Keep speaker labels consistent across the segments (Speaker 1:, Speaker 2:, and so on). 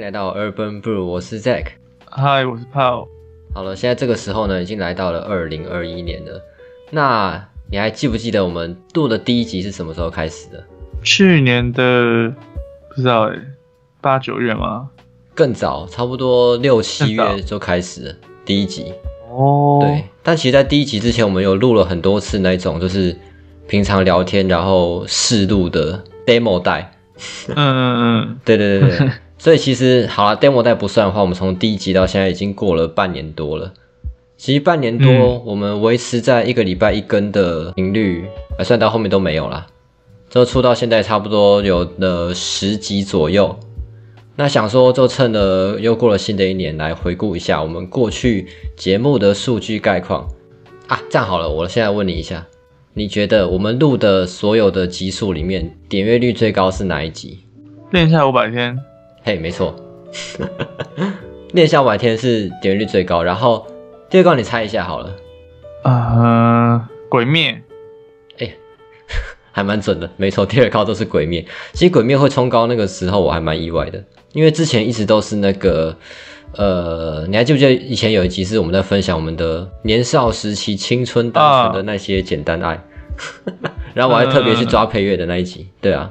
Speaker 1: 来到 Urban Brew，我是 Zack。
Speaker 2: 嗨，我是 Paul。
Speaker 1: 好了，现在这个时候呢，已经来到了二零二一年了。那你还记不记得我们录的第一集是什么时候开始的？
Speaker 2: 去年的不知道哎、八九月吗？
Speaker 1: 更早，差不多六七
Speaker 2: 更
Speaker 1: 月
Speaker 2: 早
Speaker 1: 就开始了第一集。
Speaker 2: 哦
Speaker 1: 对，，但其实，在第一集之前，我们有录了很多次那种，就是平常聊天然后试录的 demo 带。
Speaker 2: 嗯嗯
Speaker 1: 对对对对。所以其实好了，demo 带不算的话，我们从第一集到现在已经过了半年多了。其实半年多，
Speaker 2: 嗯
Speaker 1: 我们维持在一个礼拜一根的频率，呃，算到后面都没有啦。这出到现在差不多有了十集左右。那想说，就趁了又过了新的一年，来回顾一下我们过去节目的数据概况啊。这样好了，我现在问你一下，你觉得我们录的所有的集数里面，点阅率最高是哪一集？
Speaker 2: 嗯，练一下五百天，
Speaker 1: 嘿，没错， 恋下白天是点阅率最高，然后第二个你猜一下好了，
Speaker 2: 呃，鬼灭，
Speaker 1: 还蛮准的，没错，第二高都是鬼灭。其实鬼灭会冲高那个时候，我还蛮意外的，因为之前一直都是那个，呃，你还记不记得以前有一集是我们在分享我们的年少时期、青春单纯的那些简单爱， 然后我还特别去抓配乐的那一集，对啊，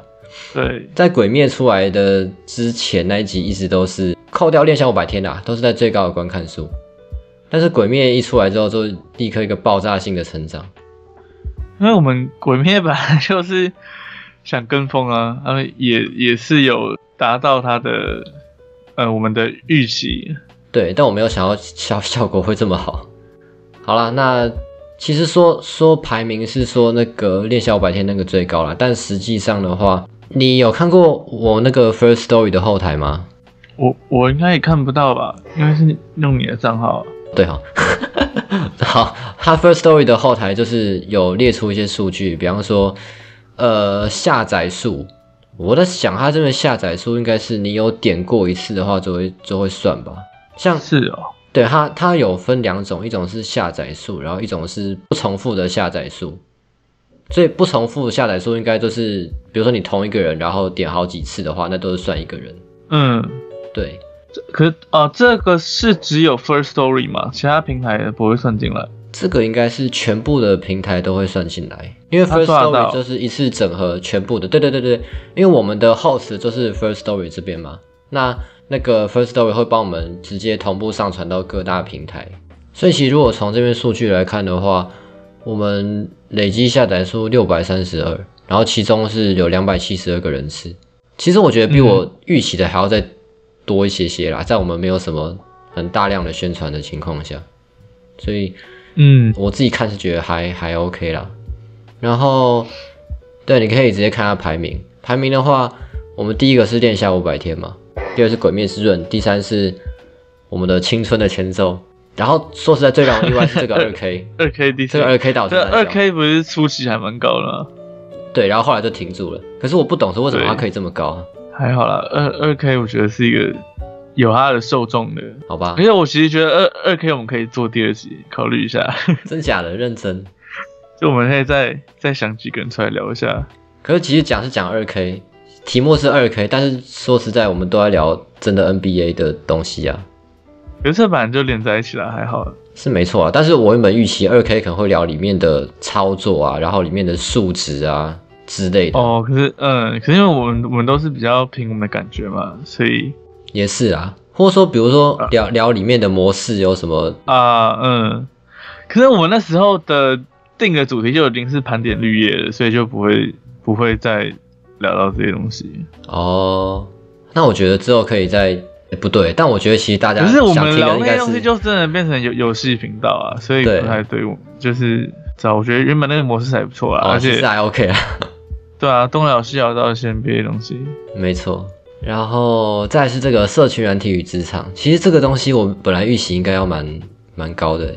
Speaker 2: 对，
Speaker 1: 在《鬼灭》出来的之前那一集，一直都是扣掉《恋香五百天》啊啦，都是在最高的观看数。但是《鬼灭》一出来之后，就立刻一个爆炸性的成长。
Speaker 2: 因为我们鬼灭本来就是想跟风啊，然后也也是有达到它的呃我们的预期，
Speaker 1: 对，但我没有 想到效效果会这么好。好啦，那其实说说排名是说那个《恋香五百天》那个最高啦，但实际上的话，你有看过我那个 First Story 的后台吗？
Speaker 2: 我我应该也看不到吧，因为是用你的账号啊，
Speaker 1: 对哈、 好，它 First Story 的后台就是有列出一些数据，比方说，呃，下载数。我在想，它这边下载数应该是你有点过一次的话，就会就会算吧。像
Speaker 2: 是哦，
Speaker 1: 对它，它有分两种，一种是下载数，然后一种是不重复的下载数。所以不重复的下载数应该就是，比如说你同一个人，然后点好几次的话，那都是算一个人。
Speaker 2: 嗯。
Speaker 1: 对，
Speaker 2: 可是哦、这个是只有 First Story 嘛，其他平台不会算进来。
Speaker 1: 这个应该是全部的平台都会算进来，因为
Speaker 2: 它
Speaker 1: First
Speaker 2: 抓得到
Speaker 1: Story 就是一次整合全部的。对对对对，因为我们的 host 就是 First Story 这边嘛，那那个 First Story 会帮我们直接同步上传到各大平台。所以其实如果从这边数据来看的话，我们累计下载数六百三十二，然后其中是有两百七十二个人次。其实我觉得比我预期的还要再多一些些啦，在我们没有什么很大量的宣传的情况下，所以。
Speaker 2: 嗯，
Speaker 1: 我自己看是觉得还还 OK 啦。然后，对，你可以直接看它排名。排名的话，我们第一个是《恋下五百天》嘛，第二是《鬼灭之刃》，第三是我们的《青春的前奏》。然后说实在，最让我意外是这个二 K，
Speaker 2: 二 K D
Speaker 1: 这个
Speaker 2: C，
Speaker 1: 二 K 导致
Speaker 2: 这二 K 不是初期还蛮高的吗？
Speaker 1: 对，然后后来就停住了。可是我不懂是为什么它
Speaker 2: 对
Speaker 1: 可以这么高啊，
Speaker 2: 还好啦，二二 K 我觉得是一个有它的受众的。
Speaker 1: 好吧
Speaker 2: 而？且我其实觉得二二 K 我们可以做第二集，考虑一下，
Speaker 1: 真假的，认真。
Speaker 2: 就我们可以再再想几个人出来聊一下。
Speaker 1: 可是其实讲是讲二 K，题目是二 K，但是说实在，我们都在聊真的 NBA 的东西啊。
Speaker 2: 可是这版就连在一起了，还好。
Speaker 1: 是没错啊，但是我原本预期二 K 可能会聊里面的操作啊，然后里面的数值啊之类的，
Speaker 2: 哦，可是嗯，可是因为我们我们都是比较凭我们的感觉嘛，所以
Speaker 1: 也是啊，或者说比如说聊聊里面的模式有什么，
Speaker 2: 啊、嗯，可是我们那时候的定的主题就已经是盘点绿叶了，所以就不会不会再聊到这些东西。
Speaker 1: 哦，那我觉得之后可以再、诶不对，但我觉得其实大家
Speaker 2: 可是我
Speaker 1: 想
Speaker 2: 们
Speaker 1: 听的
Speaker 2: 聊
Speaker 1: 应
Speaker 2: 那
Speaker 1: 该
Speaker 2: 些
Speaker 1: 是哦
Speaker 2: 东西，就真的变成游游戏频道啊，所以
Speaker 1: 对
Speaker 2: 不太对我就是。早，我觉得原本那个模式还不错啊，
Speaker 1: 哦，
Speaker 2: 而
Speaker 1: 其实
Speaker 2: 且
Speaker 1: 还 OK 啊，
Speaker 2: 对啊，东聊西聊到一些 NBA 的东西，
Speaker 1: 没错。然后再来是这个社群软体与职场，其实这个东西我本来预期应该要蛮蛮高的，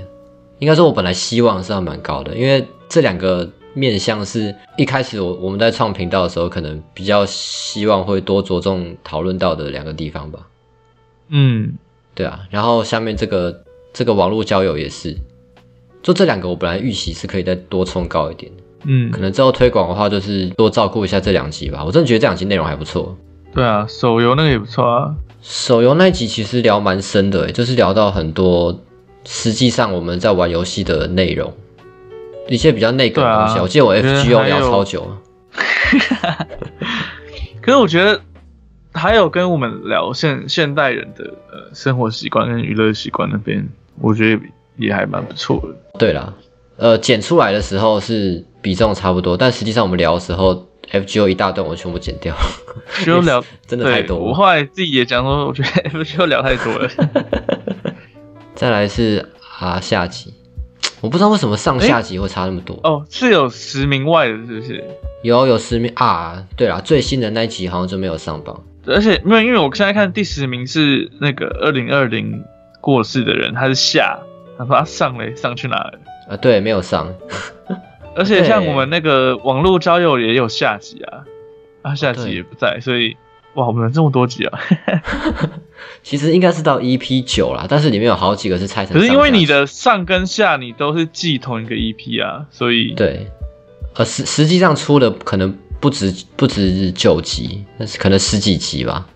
Speaker 1: 应该说我本来希望是要蛮高的，因为这两个面向是一开始我我们在创频道的时候，可能比较希望会多着重讨论到的两个地方吧。
Speaker 2: 嗯，
Speaker 1: 对啊，然后下面这个这个网络交友也是，就这两个我本来预期是可以再多冲高一点，
Speaker 2: 嗯
Speaker 1: 可，能之后推广的话就是多照顾一下这两集吧。我真的觉得这两集内容还不错，
Speaker 2: 对啊，手游那个也不错啊，
Speaker 1: 手游那一集其实聊蛮深的、欸，就是聊到很多实际上我们在玩游戏的内容，一些比较内梗的东西。
Speaker 2: 对啊
Speaker 1: 我记得我
Speaker 2: 觉得
Speaker 1: FGO
Speaker 2: 还有
Speaker 1: 聊超久了，
Speaker 2: 可是我觉得还有跟我们聊现现代人的呃生活习惯跟娱乐习惯那边，我觉得也还蛮不错的。
Speaker 1: 对啦，呃，剪出来的时候是比重差不多，但实际上我们聊的时候，FGO 一大段我全部剪掉，
Speaker 2: 就聊
Speaker 1: 真的太
Speaker 2: 对
Speaker 1: 多
Speaker 2: 我
Speaker 1: 了。
Speaker 2: 后来自己也讲说，我觉得 F 就聊太多了。
Speaker 1: 再来是啊下集，我不知道为什么上下集会差那么多。
Speaker 2: 哦，是有十名外的，是不是？
Speaker 1: 有有十名啊，对啦，最新的那一集好像就没有上榜。
Speaker 2: 而且没有，因为我现在看第十名是那个二零二零过世的人，他是下，他说他上嘞，上去哪了？
Speaker 1: 啊，对，没有上。
Speaker 2: 而且像
Speaker 1: 对
Speaker 2: 我们那个网络交友也有下集啊，啊下
Speaker 1: 哦
Speaker 2: 集也不在，所以哇，我们这么多集啊！
Speaker 1: 其实应该是到 EP 九啦，但是里面有好几个是拆成。
Speaker 2: 可是因为你的上跟下你都是记同一个 EP 啊，所以
Speaker 1: 对，呃，实实际上出的可能不止不止九集，但是可能十几集吧。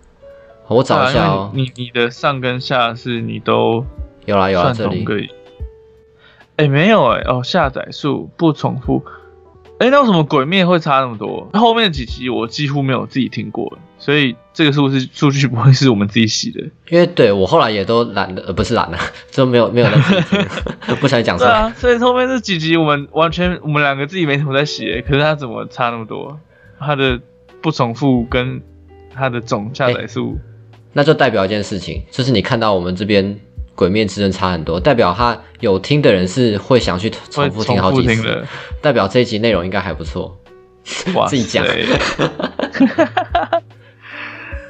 Speaker 1: 我找一
Speaker 2: 对
Speaker 1: 下
Speaker 2: 啊
Speaker 1: 哦、
Speaker 2: 因为你你你的上跟下是你都
Speaker 1: 有啦有啦，
Speaker 2: 算
Speaker 1: 这
Speaker 2: 同
Speaker 1: 里
Speaker 2: 个。哎、没有哎、哦，下载数不重复。哎、那为什么鬼灭会差那么多？后面几集我几乎没有自己听过，所以这个数是数据不会是我们自己洗 的。
Speaker 1: 因为对我后来也都懒得， 呃，不是懒了、就没有没有在自己 听不想讲出
Speaker 2: 对
Speaker 1: 来。
Speaker 2: 啊，所以后面这几集我们完全我们两个自己没什么在洗、欸，可是它怎么差那么多？它的不重复跟它的总下载数、
Speaker 1: 那就代表一件事情，就是你看到我们这边《鬼面之刃》差很多，代表他有听的人是会想去重
Speaker 2: 会
Speaker 1: 复
Speaker 2: 重
Speaker 1: 好
Speaker 2: 复
Speaker 1: 几
Speaker 2: 听
Speaker 1: 次，
Speaker 2: 的，
Speaker 1: 代表这一集内容应该还不错。
Speaker 2: 哇
Speaker 1: 自己讲
Speaker 2: 塞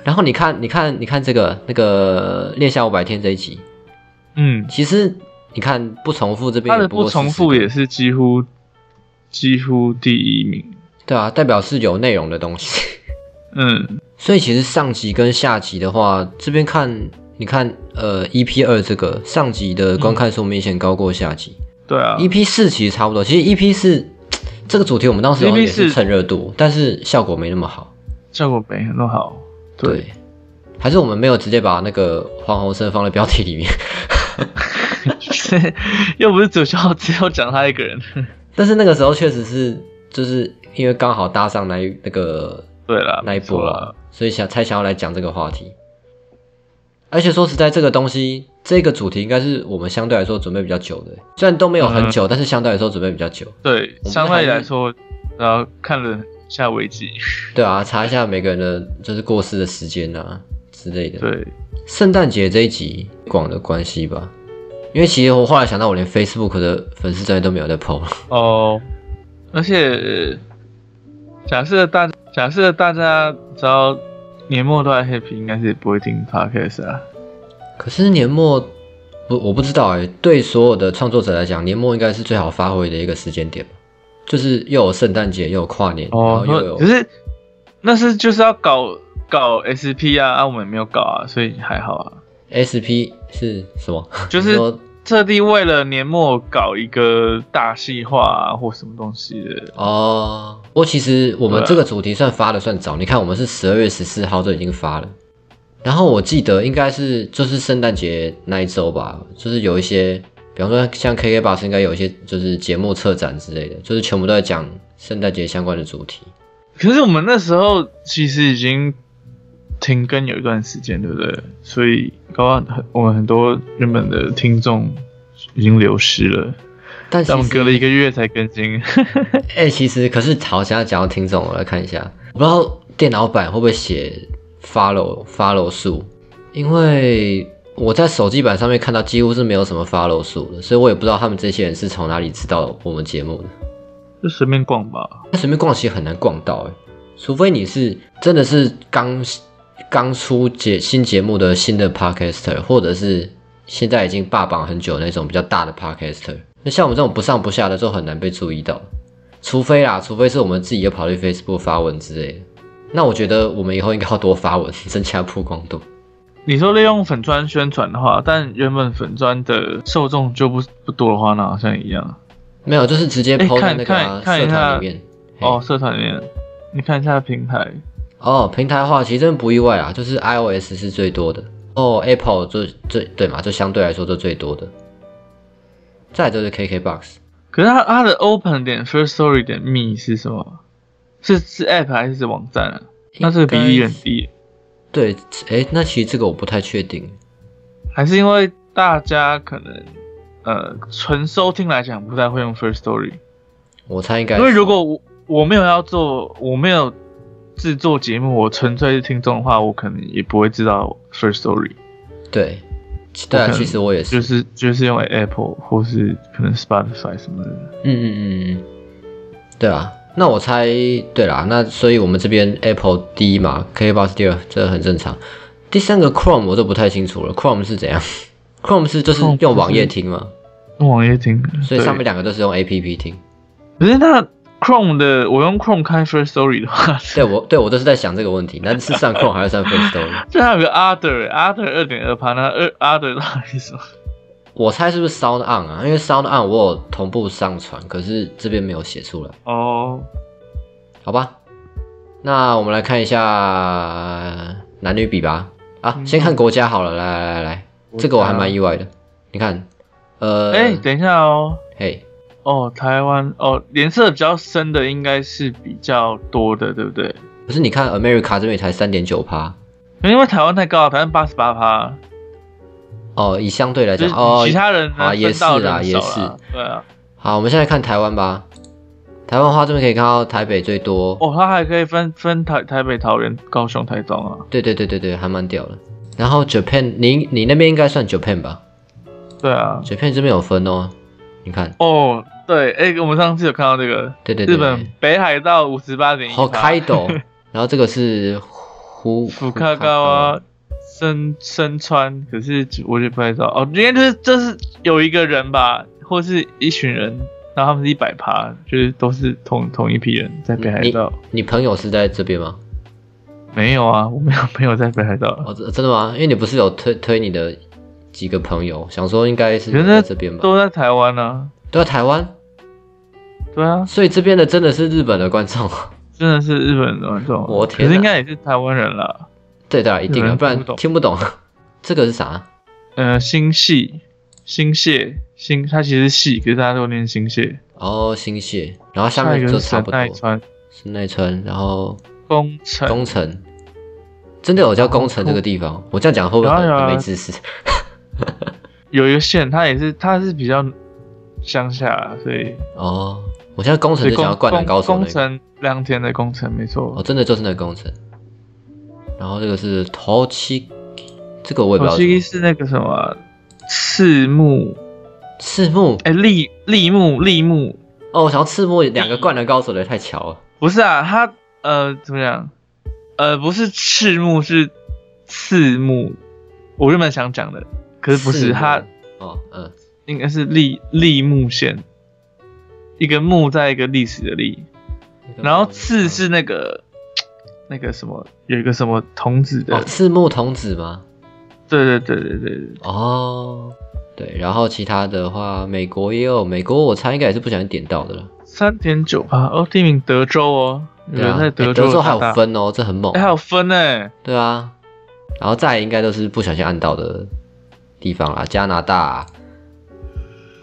Speaker 1: 然后你看，你看，你看这个那个《恋下五百天》这一集，
Speaker 2: 嗯，
Speaker 1: 其实你看不重 复这边
Speaker 2: 它
Speaker 1: 也
Speaker 2: 的
Speaker 1: 不过
Speaker 2: 不
Speaker 1: 40
Speaker 2: 重复也是几乎几乎第一名。
Speaker 1: 对啊，代表是有内容的东西。
Speaker 2: 嗯，
Speaker 1: 所以其实上集跟下集的话，这边看你看呃 EP 二这个上集的观看数明显高过下集、
Speaker 2: 对啊
Speaker 1: e p 四其实差不多。其实 EP 四这个主题我们当
Speaker 2: E
Speaker 1: 时好像也是
Speaker 2: EP4
Speaker 1: 蹭热度，但是效果没那么好。
Speaker 2: 效果没很好。
Speaker 1: 对，，还是我们没有直接把那个黄鸿升放在标题里面。
Speaker 2: 又不是只有笑，只有讲他一个人。
Speaker 1: 但是那个时候确实是，就是因为刚好搭上那一那个
Speaker 2: 对啦，
Speaker 1: 那一
Speaker 2: 没错
Speaker 1: 波啊，，
Speaker 2: 啦
Speaker 1: 所以想才想要来讲这个话题。而且说实在，这个东西这个主题应该是我们相对来说准备比较久的，虽然都没有
Speaker 2: 嗯
Speaker 1: 很久，但是相对来说准备比较久。
Speaker 2: 对，
Speaker 1: 我们
Speaker 2: 相
Speaker 1: 还
Speaker 2: 对
Speaker 1: 是
Speaker 2: 来说，然后看了下 危机，
Speaker 1: 对啊，查一下每个人的就是过世的时间啊之类的。
Speaker 2: 对，
Speaker 1: 圣诞节这一集广的关系吧，因为其实我后来想到，我连 Facebook 的粉丝专业都没有在 PO 了。
Speaker 2: 哦，而且假设大假设大家只要年末都在 happy，应该是也不会听 podcast 啊。
Speaker 1: 可是年末不，我不知道哎、对所有的创作者来讲，年末应该是最好发挥的一个时间点吧，就是又有圣诞节，又有跨年，
Speaker 2: 哦，
Speaker 1: 然后又有
Speaker 2: 可是那是就是要搞搞 SP 啊，啊我们也没有搞啊，所以还好啊。
Speaker 1: SP 是什么？
Speaker 2: 就
Speaker 1: 你
Speaker 2: 是
Speaker 1: 说
Speaker 2: 特地为了年末搞一个大细化、啊、或什么东西的。
Speaker 1: 哦，不过其实我们
Speaker 2: 对啊
Speaker 1: 这个主题算发的算早，你看我们是十二月十四号就已经发了，然后我记得应该是就是圣诞节那一周吧，就是有一些，比方说像 KK b o x 应该有一些就是节目策展之类的，就是全部都在讲圣诞节相关的主题。
Speaker 2: 可是我们那时候其实已经停更有一段时间，对不对？所以搞到很我们很多原本的听众已经流失了，
Speaker 1: 但
Speaker 2: 但
Speaker 1: 其
Speaker 2: 我们
Speaker 1: 实
Speaker 2: 隔了一个月才更新。
Speaker 1: 哎、其实可是好，现在讲到听众，我来看一下，我不知道电脑版会不会写 follow follow 数，因为我在手机版上面看到几乎是没有什么 follow 数的，所以我也不知道他们这些人是从哪里知道我们节目的。
Speaker 2: 就随便逛吧，
Speaker 1: 那随便逛其实很难逛到、欸，除非你是真的是刚刚出节新节目的新的 podcaster，或者是现在已经霸榜很久的那种比较大的 podcaster。那像我们这种不上不下的，就很难被注意到。除非啦，除非是我们自己又跑去 Facebook 发文之类的。那我觉得我们以后应该要多发文， 增加曝光度。
Speaker 2: 你说利用粉砖宣传的话，但原本粉砖的受众就不不多的话，那好像一样。
Speaker 1: 没有，就是直接
Speaker 2: 哎
Speaker 1: PO 在
Speaker 2: 看
Speaker 1: 那个啊、
Speaker 2: 看看一
Speaker 1: 社团
Speaker 2: 下
Speaker 1: 里面。嘿
Speaker 2: 哦，社团里面，你看一下平台，
Speaker 1: 哦，平台化其实真不意外啊，就是 iOS 是最多的哦，Apple 就最对嘛，就相对来说就最多的。再来就是 KKBox，
Speaker 2: 可是它它的 Open 点 First Story 点 Me 是什么？是是 App 还是网站啊？那这个比例很低，
Speaker 1: 对，诶，那其实这个我不太确定。
Speaker 2: 还是因为大家可能呃纯收听来讲不太会用 First Story，
Speaker 1: 我猜应该是，
Speaker 2: 因为如果我我没有要做，我没有制作节目，我纯粹是听众的话，我可能也不会知道 First Story。
Speaker 1: 对，对
Speaker 2: 我
Speaker 1: 啊，
Speaker 2: 可能
Speaker 1: 其实我也是，
Speaker 2: 就是就是用 Apple 或是可能 Spotify 什么的。
Speaker 1: 嗯嗯嗯嗯，对啊，那我猜对啦，那所以我们这边 Apple 第一嘛，KKBox 第二，这很正常。第三个 Chrome 我就不太清楚了，Chrome 是怎样 ？Chrome 是就是
Speaker 2: Chrome
Speaker 1: 用网页
Speaker 2: 就是
Speaker 1: 听嘛，
Speaker 2: 用网页听，
Speaker 1: 所以
Speaker 2: 对
Speaker 1: 上面两个都是用 APP 听。
Speaker 2: 可是那 Chrome 的，我用 Chrome 开 First Story 的话，
Speaker 1: 对我对我都是在想这个问题，那是上 Chrome 还是上 First Story？
Speaker 2: 就它有个 Other Other 二点二趴，那二 Other 到底是什么？
Speaker 1: 我猜是不是 Sound On 啊？因为 Sound On 我有同步上传，可是这边没有写出来。
Speaker 2: 哦，
Speaker 1: 好吧，那我们来看一下男女比吧。啊，
Speaker 2: 嗯
Speaker 1: 先看国家好了，来来来来，这个我还蛮意外的。你看，呃，
Speaker 2: 哎、等一下哦，
Speaker 1: 嘿，
Speaker 2: 哦，台湾哦，颜色比较深的应该是比较多的，对不对？
Speaker 1: 可是你看 America 这边也才三点九趴，
Speaker 2: 因为台湾太高了，台湾八十八趴，
Speaker 1: 哦，以相对来
Speaker 2: 就
Speaker 1: 讲，
Speaker 2: 是
Speaker 1: 哦，
Speaker 2: 其他人
Speaker 1: 啊
Speaker 2: 呢
Speaker 1: 也
Speaker 2: 分
Speaker 1: 是
Speaker 2: 到
Speaker 1: 啦，
Speaker 2: 人
Speaker 1: 也
Speaker 2: 少
Speaker 1: 是
Speaker 2: 啦。，对啊，
Speaker 1: 好，我们现在看台湾吧。台湾的话，这边可以看到台北最多，
Speaker 2: 哦，它还可以分分台台北、桃园、高雄、台中啊，
Speaker 1: 对对对对对，还蛮屌的。然后 Japan，你你那边应该算 Japan 吧
Speaker 2: 对啊，
Speaker 1: ？Japan 这边有分哦，你看，
Speaker 2: 哦，对，哎、我们上次有看到这个
Speaker 1: 对对对，
Speaker 2: 日本北海道五十八点一，
Speaker 1: 好开哦 斗，然后这个是胡
Speaker 2: 福克高啊，身身穿，可是我就不太知道哦，应该就是就是有一个人吧，或是一群人，然后他们是一百趴，就是都是同同一批人在北海道。
Speaker 1: 你朋友是在这边吗？
Speaker 2: 没有啊，我没有朋友在北海道，
Speaker 1: 哦，真真的吗？因为你不是有推推你的几个朋友，想说应该是
Speaker 2: 可是
Speaker 1: 在这边吧？
Speaker 2: 都在台湾啊。
Speaker 1: 对啊，台湾，
Speaker 2: 对啊，
Speaker 1: 所以这边的真的是日本的观众。啊
Speaker 2: 真的是日本人观众，
Speaker 1: 我
Speaker 2: 可
Speaker 1: 天啊
Speaker 2: 是应该也是台湾人啦。
Speaker 1: 对的，一定
Speaker 2: 日
Speaker 1: 啊，
Speaker 2: 本
Speaker 1: 不然
Speaker 2: 听不懂
Speaker 1: 听不懂。这个是啥？
Speaker 2: 呃，星系、星蟹、星，它其实是系，可是大家都念星蟹。
Speaker 1: 哦，新泻，然后下
Speaker 2: 下一
Speaker 1: 面
Speaker 2: 个
Speaker 1: 就是差
Speaker 2: 神
Speaker 1: 不多
Speaker 2: 奈川
Speaker 1: 是内村，然后
Speaker 2: 宫城，
Speaker 1: 宫城，真的有叫宫城这个地方？我这样讲会不会
Speaker 2: 哦有啊有啊
Speaker 1: 很没知识？
Speaker 2: 有一个县，它也是它是比较乡下，所以
Speaker 1: 哦，我现在宫城
Speaker 2: 所以
Speaker 1: 就想要灌篮高手那
Speaker 2: 宫
Speaker 1: 个。
Speaker 2: 城良田的宫城没
Speaker 1: 哦，
Speaker 2: 错。
Speaker 1: 真的就是那个工程。然后这个是头七，这个我也不知道
Speaker 2: 我
Speaker 1: 是什
Speaker 2: 记
Speaker 1: 么。
Speaker 2: 得是那个什么赤木，
Speaker 1: 赤木
Speaker 2: 哎、立立木立木，
Speaker 1: 哦，我想要赤木两个灌篮高手的太巧了。
Speaker 2: 不是啊，他呃怎么讲？呃，不是赤木是赤木，我原本想讲的，可是不
Speaker 1: 赤
Speaker 2: 是
Speaker 1: 木
Speaker 2: 他
Speaker 1: 哦，嗯，
Speaker 2: 应该是立立木县，一个木在一个历史的历，
Speaker 1: 嗯
Speaker 2: 然后赤是那个那个什么，有一个什么童子的，
Speaker 1: 哦，赤木童子吗？
Speaker 2: 对对对对对对，
Speaker 1: 哦，对，然后其他的话，美国也有，美国我猜应该也是不小心点到的了。
Speaker 2: 三点九八哦，第一名德州哦，有
Speaker 1: 对
Speaker 2: 人
Speaker 1: 啊，
Speaker 2: 在
Speaker 1: 诶
Speaker 2: 德
Speaker 1: 德
Speaker 2: 州的
Speaker 1: 还有
Speaker 2: 大大，
Speaker 1: 分哦，这很猛
Speaker 2: 哎、。还有分呢，
Speaker 1: 对啊，然后再来应该都是不小心按到的地方啦，加拿大、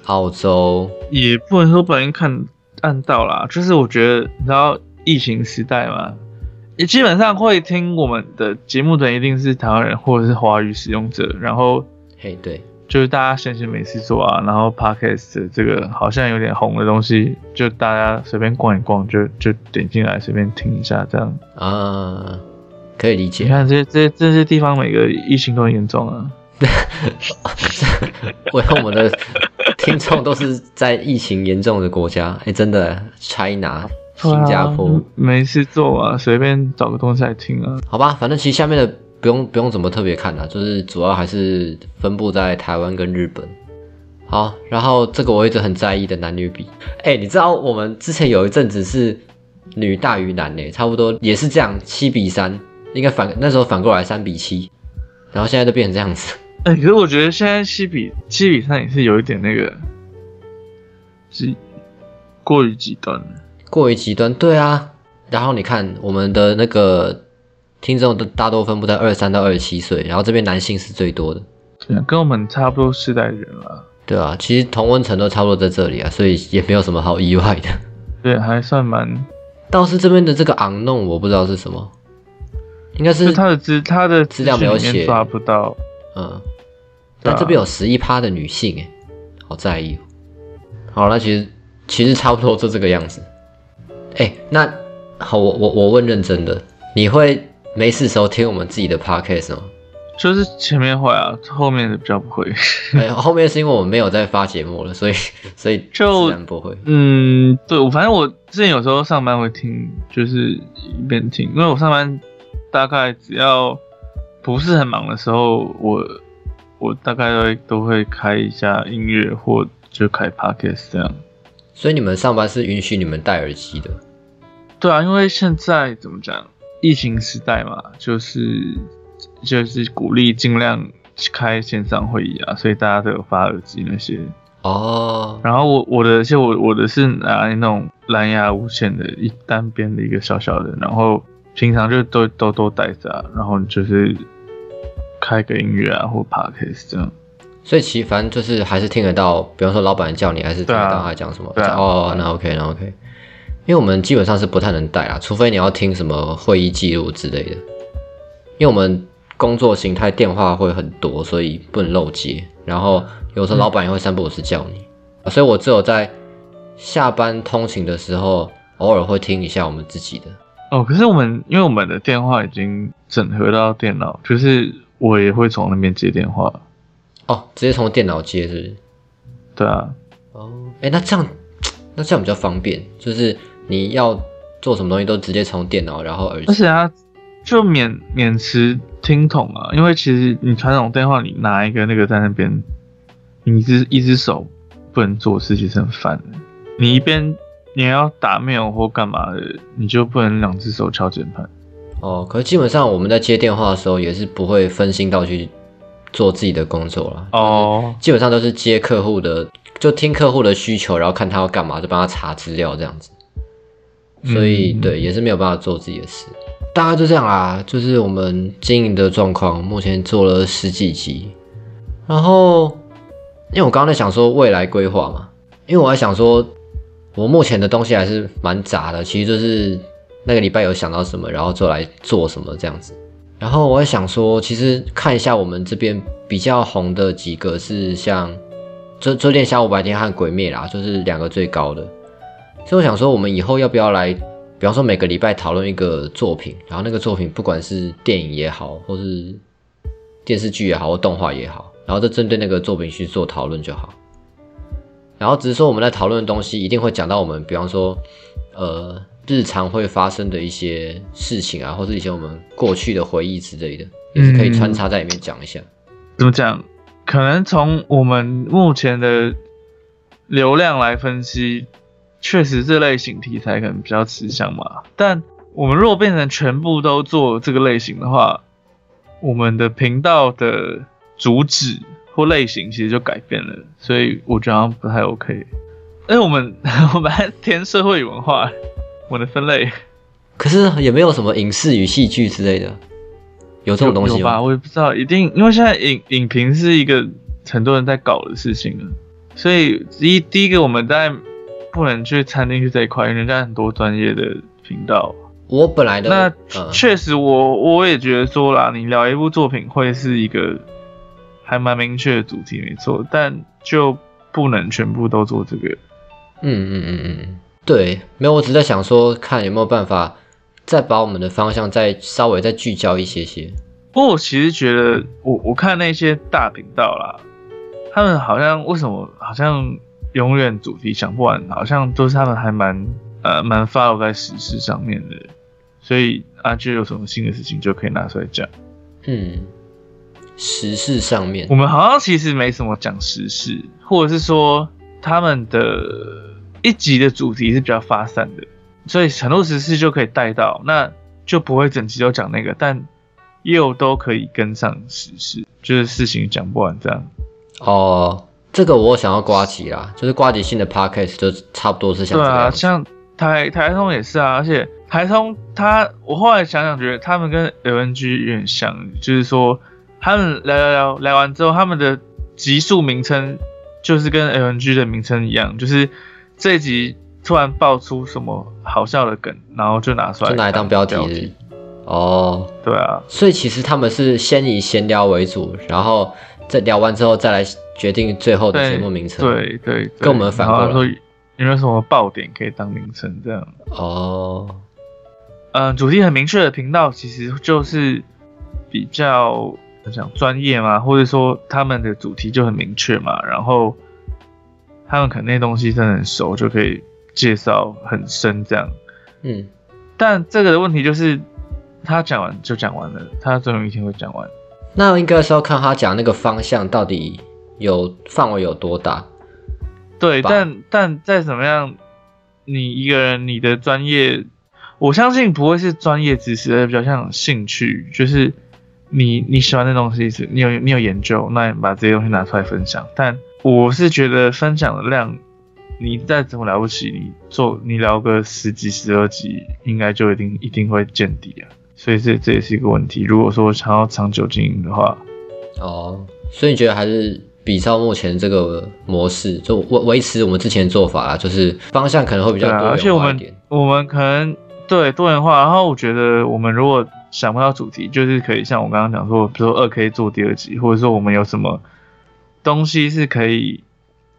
Speaker 1: 澳洲，
Speaker 2: 也不能说不小心看按到啦，就是我觉得你知道疫情时代嘛，也基本上会听我们的节目的人一定是台湾人或者是华语使用者，然后。
Speaker 1: 嘿，对，
Speaker 2: 就是大家闲闲没事做啊，然后 podcast 这个好像有点红的东西，就大家随便逛一逛，就就点进来随便听一下这样。
Speaker 1: 啊，可以理
Speaker 2: 你
Speaker 1: 解。
Speaker 2: 看这这这些地方每个疫情都很严重啊，
Speaker 1: 我我们 的听众都是在疫情严重的国家，哎、真的，China、
Speaker 2: 对啊
Speaker 1: 新加坡，
Speaker 2: 没事做啊，随便找个东西来听啊。
Speaker 1: 好吧，反正其实下面的不用不用怎么特别看啦，啊就是主要还是分布在台湾跟日本。好，然后这个我一直很在意的男女比，哎、你知道我们之前有一阵子是女大于男呢、差不多也是这样，七比三，应该反那时候反过来三比七，然后现在都变成这样子。
Speaker 2: 哎、可是我觉得现在七比七比三也是有一点那个，极过于极端了。
Speaker 1: 过于极端，对啊。然后你看我们的那个听众的大多分布在二三到二十七岁，然后这边男性是最多的。
Speaker 2: 对啊，跟我们差不多世代人了，
Speaker 1: 对啊，其实同温层都差不多在这里啊，所以也没有什么好意外的。
Speaker 2: 对，还算蛮。
Speaker 1: 倒是这边的这个昂弄我不知道是什么，应该
Speaker 2: 就是他的资他的
Speaker 1: 资料没有
Speaker 2: 资讯里面
Speaker 1: 写
Speaker 2: 抓不到。
Speaker 1: 嗯，
Speaker 2: 对啊
Speaker 1: 但这边有十一趴的女性哎，好在意哦。好，那其实其实差不多就这个样子。哎，那好，我我我问认真的，你会没事的时候听我们自己的 podcast 吗？
Speaker 2: 就是前面会啊，后面的比较不会。
Speaker 1: 哎，后面是因为我们没有在发节目了，所以所以
Speaker 2: 就
Speaker 1: 自然不会。
Speaker 2: 嗯， 对，我反正我之前有时候上班会听，就是一边听，因为我上班大概只要不是很忙的时候，我我大概都会都会开一下音乐或就开 podcast 这样。
Speaker 1: 所以你们上班是允许你们戴耳机的，
Speaker 2: 对啊，因为现在怎么讲，疫情时代嘛，就是就是鼓励尽量开线上会议啊，所以大家都有发耳机那些。
Speaker 1: 哦，
Speaker 2: 然后我我的，像我我的是拿那种蓝牙无线的一单边的一个小小的，然后平常就都都都带着、啊，然后就是开个音乐啊或 podcast 这样。
Speaker 1: 所以其实反正就是还是听得到，比方说老板叫你，还是听得
Speaker 2: 对
Speaker 1: 到
Speaker 2: 啊
Speaker 1: 他讲什么。
Speaker 2: 对啊
Speaker 1: 哦，那 OK，那 OK。因为我们基本上是不太能带啊，除非你要听什么会议记录之类的。因为我们工作形态电话会很多，所以不能漏接。然后有时候老板也会三不五时叫你，所以我只有在下班通勤的时候，偶尔会听一下我们自己的。
Speaker 2: 哦，可是我们因为我们的电话已经整合到电脑，就是我也会从那边接电话。
Speaker 1: 哦，直接从电脑接是不是？
Speaker 2: 对啊，
Speaker 1: 哦，哎，那这样，那这样比较方便，就是你要做什么东西都直接从电脑，然后耳
Speaker 2: 而
Speaker 1: 机。
Speaker 2: 且它就免免持听筒啊，因为其实你传统电话你拿一个那个在那边，你一只一只手不能做事，其实很烦的。你一边你要打 mail 或干嘛的，你就不能两只手敲键盘。
Speaker 1: 哦，可是基本上我们在接电话的时候也是不会分心到去做自己的工作啦。
Speaker 2: 哦，
Speaker 1: 基本上都是接客户的，就听客户的需求，然后看他要干嘛，就帮他查资料这样子。所以、
Speaker 2: 嗯
Speaker 1: 对，也是没有办法做自己的事。大概就这样啦，就是我们经营的状况，目前做了十几集。然后，因为我刚刚在想说未来规划嘛，因为我在想说，我目前的东西还是蛮杂的，其实就是那个礼拜有想到什么，然后就来做什么这样子。然后我在想说，其实看一下我们这边比较红的几个是像《这这恋下五百天》和《鬼灭》啦，就是两个最高的。所以我想说，我们以后要不要来，比方说每个礼拜讨论一个作品，然后那个作品不管是电影也好，或是电视剧也好，或动画也好，然后再针对那个作品去做讨论就好。然后只是说我们在讨论的东西一定会讲到我们，比方说，呃，日常会发生的一些事情啊，或是以前我们过去的回忆之类的，也是可以穿插在里面讲一下。
Speaker 2: 怎么讲？可能从我们目前的流量来分析，确实这类型题材可能比较吃香嘛。但我们如果变成全部都做这个类型的话，我们的频道的主旨或类型其实就改变了，所以我觉得好像不太 OK。哎，我们 我们还填社会与文化，我的分类
Speaker 1: 可是也没有什么影视与戏剧之类的，有这种东
Speaker 2: 有
Speaker 1: 西
Speaker 2: 有吧？
Speaker 1: 吗？
Speaker 2: 我也不知道，一定因为现在影影评是一个很多人在搞的事情了，啊所以第一第一个我们当然不能去掺进去这一块，因为人家很多专业的频道。
Speaker 1: 我本来的
Speaker 2: 那
Speaker 1: 嗯
Speaker 2: 确实我我也觉得说啦，你聊一部作品会是一个还蛮明确的主题，没错，但就不能全部都做这个。
Speaker 1: 嗯嗯嗯嗯嗯，对，没有，我只是在想说，看有没有办法再把我们的方向再稍微再聚焦一些些。
Speaker 2: 不过我其实觉得我，我看那些大频道啦，他们好像为什么好像永远主题讲不完，好像都是他们还蛮呃蛮 follow 在时事上面的，所以啊就有什么新的事情就可以拿出来讲。
Speaker 1: 嗯，时事上面
Speaker 2: 我，们好像其实没什么讲时事，或者是说他们的一集的主题是比较发散的，所以很多时事就可以带到，那就不会整集都讲那个，但又都可以跟上时事，就是事情讲不完这样。
Speaker 1: 哦，这个我想要瓜吉啦，就是瓜吉新的 podcast 就差不多是像
Speaker 2: 对
Speaker 1: 这个
Speaker 2: 啊，
Speaker 1: 样子。
Speaker 2: 像台台通也是啊，而且台通他，我后来想想觉得他们跟 LNG 有点像，就是说他们聊聊聊聊完之后，他们的集数名称就是跟 LNG 的名称一样，就是这一集突然爆出什么好笑的梗，然后就拿出来
Speaker 1: 就拿来当标题
Speaker 2: 啊标
Speaker 1: 是
Speaker 2: 题。
Speaker 1: 哦，
Speaker 2: 对啊，
Speaker 1: 所以其实他们是先以闲聊为主，然后再聊完之后再来决定最后的
Speaker 2: 对
Speaker 1: 节目名称。
Speaker 2: 对对，对
Speaker 1: 跟我们反过来
Speaker 2: 然后他说有没有什么爆点可以当名称这样？
Speaker 1: 哦，
Speaker 2: 嗯，主题很明确的频道，其实就是比较怎么讲专业嘛，或者说他们的主题就很明确嘛，然后他们可能那东西真的很熟，就可以介绍很深这样。
Speaker 1: 嗯，
Speaker 2: 但这个的问题就是，他讲完就讲完了，他总有一天会讲完。
Speaker 1: 那应该是要看他讲那个方向到底有范围有多大。
Speaker 2: 对，
Speaker 1: 吧
Speaker 2: 但但再怎么样，你一个人你的专业，我相信不会是专业知识，而比较像兴趣，就是你你喜欢的东西是，你有你有研究，那你把这些东西拿出来分享。但我是觉得分享的量，你再怎么了不起，你做你聊个十集十二集，应该就一定一定会见底啊。所以这这也是一个问题。如果说想要长久经营的话，
Speaker 1: 哦，所以你觉得还是比照目前这个模式，就维维持我们之前的做法啦，就是方向可能会比较
Speaker 2: 对啊，而
Speaker 1: 多
Speaker 2: 且我
Speaker 1: 元化一
Speaker 2: 们
Speaker 1: 点。
Speaker 2: 我们可能对多元化，然后我觉得我们如果想不到主题，就是可以像我刚刚讲说，比如说二 K 做第二集，或者说我们有什么东西是可以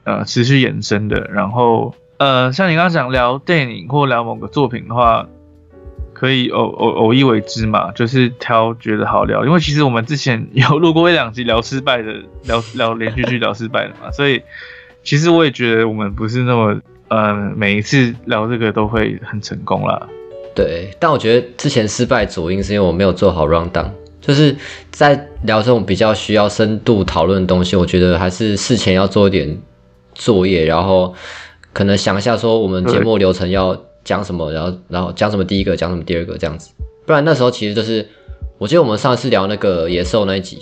Speaker 2: 呃持续延伸的。然后呃，像你刚刚讲聊电影或聊某个作品的话，可以偶偶偶一为之嘛，就是挑觉得好聊。因为其实我们之前有录过一两集聊失败的， 聊聊连续剧聊失败的嘛，所以其实我也觉得我们不是那么。呃，每一次聊这个都会很成功啦。
Speaker 1: 对，但我觉得之前失败主因是因为我没有做好 round down，就是在聊这种比较需要深度讨论的东西，我觉得还是事前要做一点作业，然后可能想一下说我们节目流程要讲什么，然后然后讲什么第一个，讲什么第二个这样子，不然那时候其实就是，我记得我们上次聊那个野兽那一集，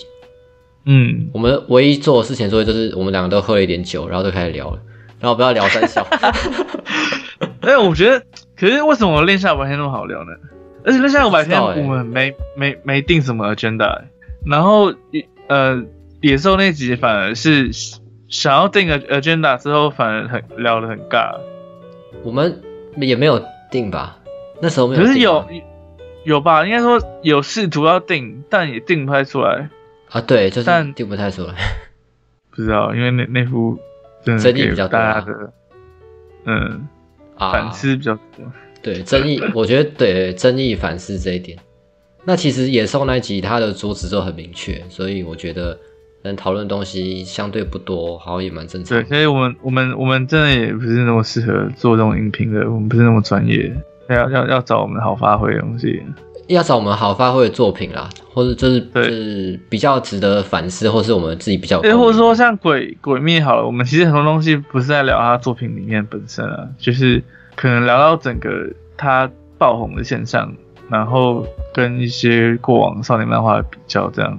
Speaker 2: 嗯，
Speaker 1: 我们唯一做的事情作业就是我们两个都喝了一点酒，然后就开始聊了，然后不要聊三 小，
Speaker 2: 哎，我觉得，可是为什么练下白天那么好聊呢？而且练下白
Speaker 1: 不
Speaker 2: 天
Speaker 1: 知道欸
Speaker 2: 我们没、没没定什么 agenda，、欸、然后呃野兽那集反而是想要定个 agenda 之后，反而很聊得很尬。
Speaker 1: 我们也没有定吧，那时候没有定
Speaker 2: 可
Speaker 1: 吧，
Speaker 2: 是有有吧，应该说有试图要定，但也定不太出来，
Speaker 1: 啊，对，就是
Speaker 2: 但
Speaker 1: 定不太出来。
Speaker 2: 不知道，因为那那幅真的
Speaker 1: 争议
Speaker 2: 给
Speaker 1: 比较多
Speaker 2: 大
Speaker 1: 啊
Speaker 2: 家的嗯
Speaker 1: 啊，
Speaker 2: 反思比较多。
Speaker 1: 对争议，我觉得对争议反思这一点。那其实野兽那一集它的主旨就很明确，所以我觉得能讨论的东西相对不多，好像也蛮正常
Speaker 2: 对，
Speaker 1: 的。
Speaker 2: 所以我们我们我们真的也不是那么适合做这种音频的，我们不是那么专业，要要要找我们好发挥的东西。
Speaker 1: 要找我们好发挥的作品啦，或者就是就
Speaker 2: 对
Speaker 1: 是比较值得反思，或是我们自己比较有
Speaker 2: 对，
Speaker 1: 共鸣，
Speaker 2: 或者说像鬼鬼灭好了，我们其实很多东西不是在聊他作品里面本身啊，就是可能聊到整个他爆红的现象，然后跟一些过往少年漫画的比较这样。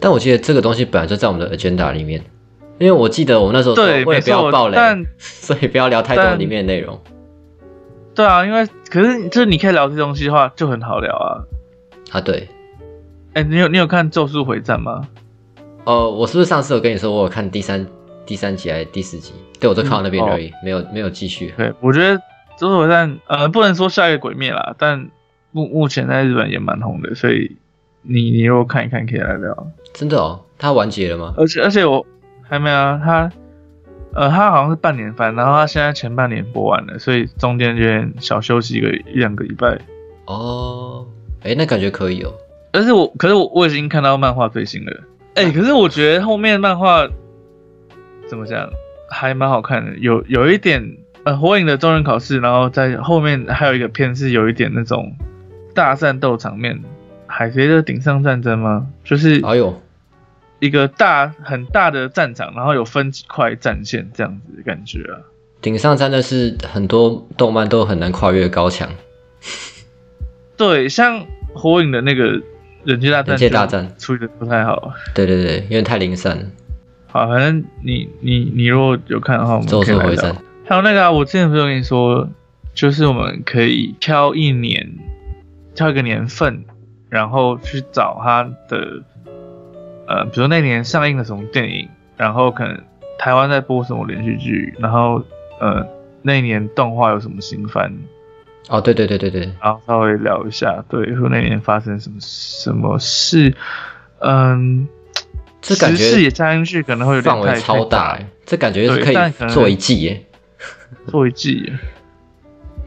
Speaker 1: 但我记得这个东西本来就在我们的 agenda 里面，因为我记得我那时候说
Speaker 2: 对
Speaker 1: 为了不
Speaker 2: 没
Speaker 1: 要
Speaker 2: 错
Speaker 1: 暴雷
Speaker 2: 但，
Speaker 1: 所以不要聊太多
Speaker 2: 但
Speaker 1: 里面的内容。
Speaker 2: 对啊，因为可是就是你可以聊这些东西的话，就很好聊啊。
Speaker 1: 啊，对，
Speaker 2: 哎、你有你有看《咒术回战》吗？
Speaker 1: 哦，我是不是上次有跟你说我有看第三第三集还是第四集？对，我就看到那边而已，
Speaker 2: 嗯哦
Speaker 1: 没有没有继续。
Speaker 2: 对，我觉得《周手站》呃，不能说下一个鬼灭啦，但目目前在日本也蛮红的，所以你你如果看一看，可以来聊。
Speaker 1: 真的哦，它完结了吗？
Speaker 2: 而且而且我还没啊，他呃他好像是半年番，然后他现在前半年播完了，所以中间有点小休息一个一两个礼拜。
Speaker 1: 哦，哎，那感觉可以哦。
Speaker 2: 但是我可是我我已经看到漫画最新了，哎、可是我觉得后面漫画怎么讲还蛮好看的，有有一点呃火影的中忍考试，然后在后面还有一个片是有一点那种大战斗场面，海贼的顶上战争吗？就是
Speaker 1: 哎呦，
Speaker 2: 一个大很大的战场，然后有分几块战线这样子的感觉啊。
Speaker 1: 顶上真的是很多动漫都很难跨越的高墙，
Speaker 2: 对，像火影的那个忍界大战，
Speaker 1: 忍界大战
Speaker 2: 处理的不太好。
Speaker 1: 对对对，因为太零散了，
Speaker 2: 好，反正你你你如果有看的话，我们
Speaker 1: 咒
Speaker 2: 可以
Speaker 1: 术
Speaker 2: 来
Speaker 1: 回
Speaker 2: 聊
Speaker 1: 战。
Speaker 2: 还有那个啊，我之前不是有跟你说，就是我们可以挑一年，挑一个年份，然后去找它的，呃，比如说那年上映了什么电影，然后可能台湾在播什么连续剧，然后呃那一年动画有什么新番，
Speaker 1: 哦，对对对对对，
Speaker 2: 然后稍微聊一下，对，说那年发生什么什么事，嗯，
Speaker 1: 这感
Speaker 2: 时事也
Speaker 1: 觉
Speaker 2: 加进去可能会有点
Speaker 1: 范围
Speaker 2: 太
Speaker 1: 超
Speaker 2: 太
Speaker 1: 大
Speaker 2: 大
Speaker 1: 欸，这感觉是
Speaker 2: 对
Speaker 1: 可
Speaker 2: 但可
Speaker 1: 以
Speaker 2: 能
Speaker 1: 做一季耶。
Speaker 2: 做一季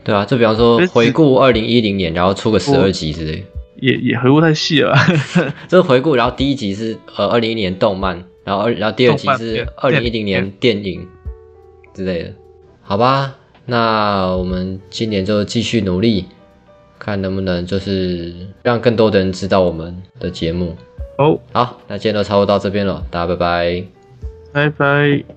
Speaker 1: 对啊，就比方说
Speaker 2: 所以只
Speaker 1: 回顾二零一零年，然后出个十二
Speaker 2: 我
Speaker 1: 集之类的。
Speaker 2: 也也回顾太细了吧，
Speaker 1: 这是回顾，然后第一集是呃二零一零年动漫，然后二然后第二集是
Speaker 2: 动
Speaker 1: 二
Speaker 2: 漫
Speaker 1: 零
Speaker 2: 片
Speaker 1: 一零年电影之类的，好吧？那我们今年就继续努力，看能不能就是让更多的人知道我们的节目。
Speaker 2: 哦，
Speaker 1: 好，那今天就差不多到这边了，大家拜拜。
Speaker 2: 拜拜。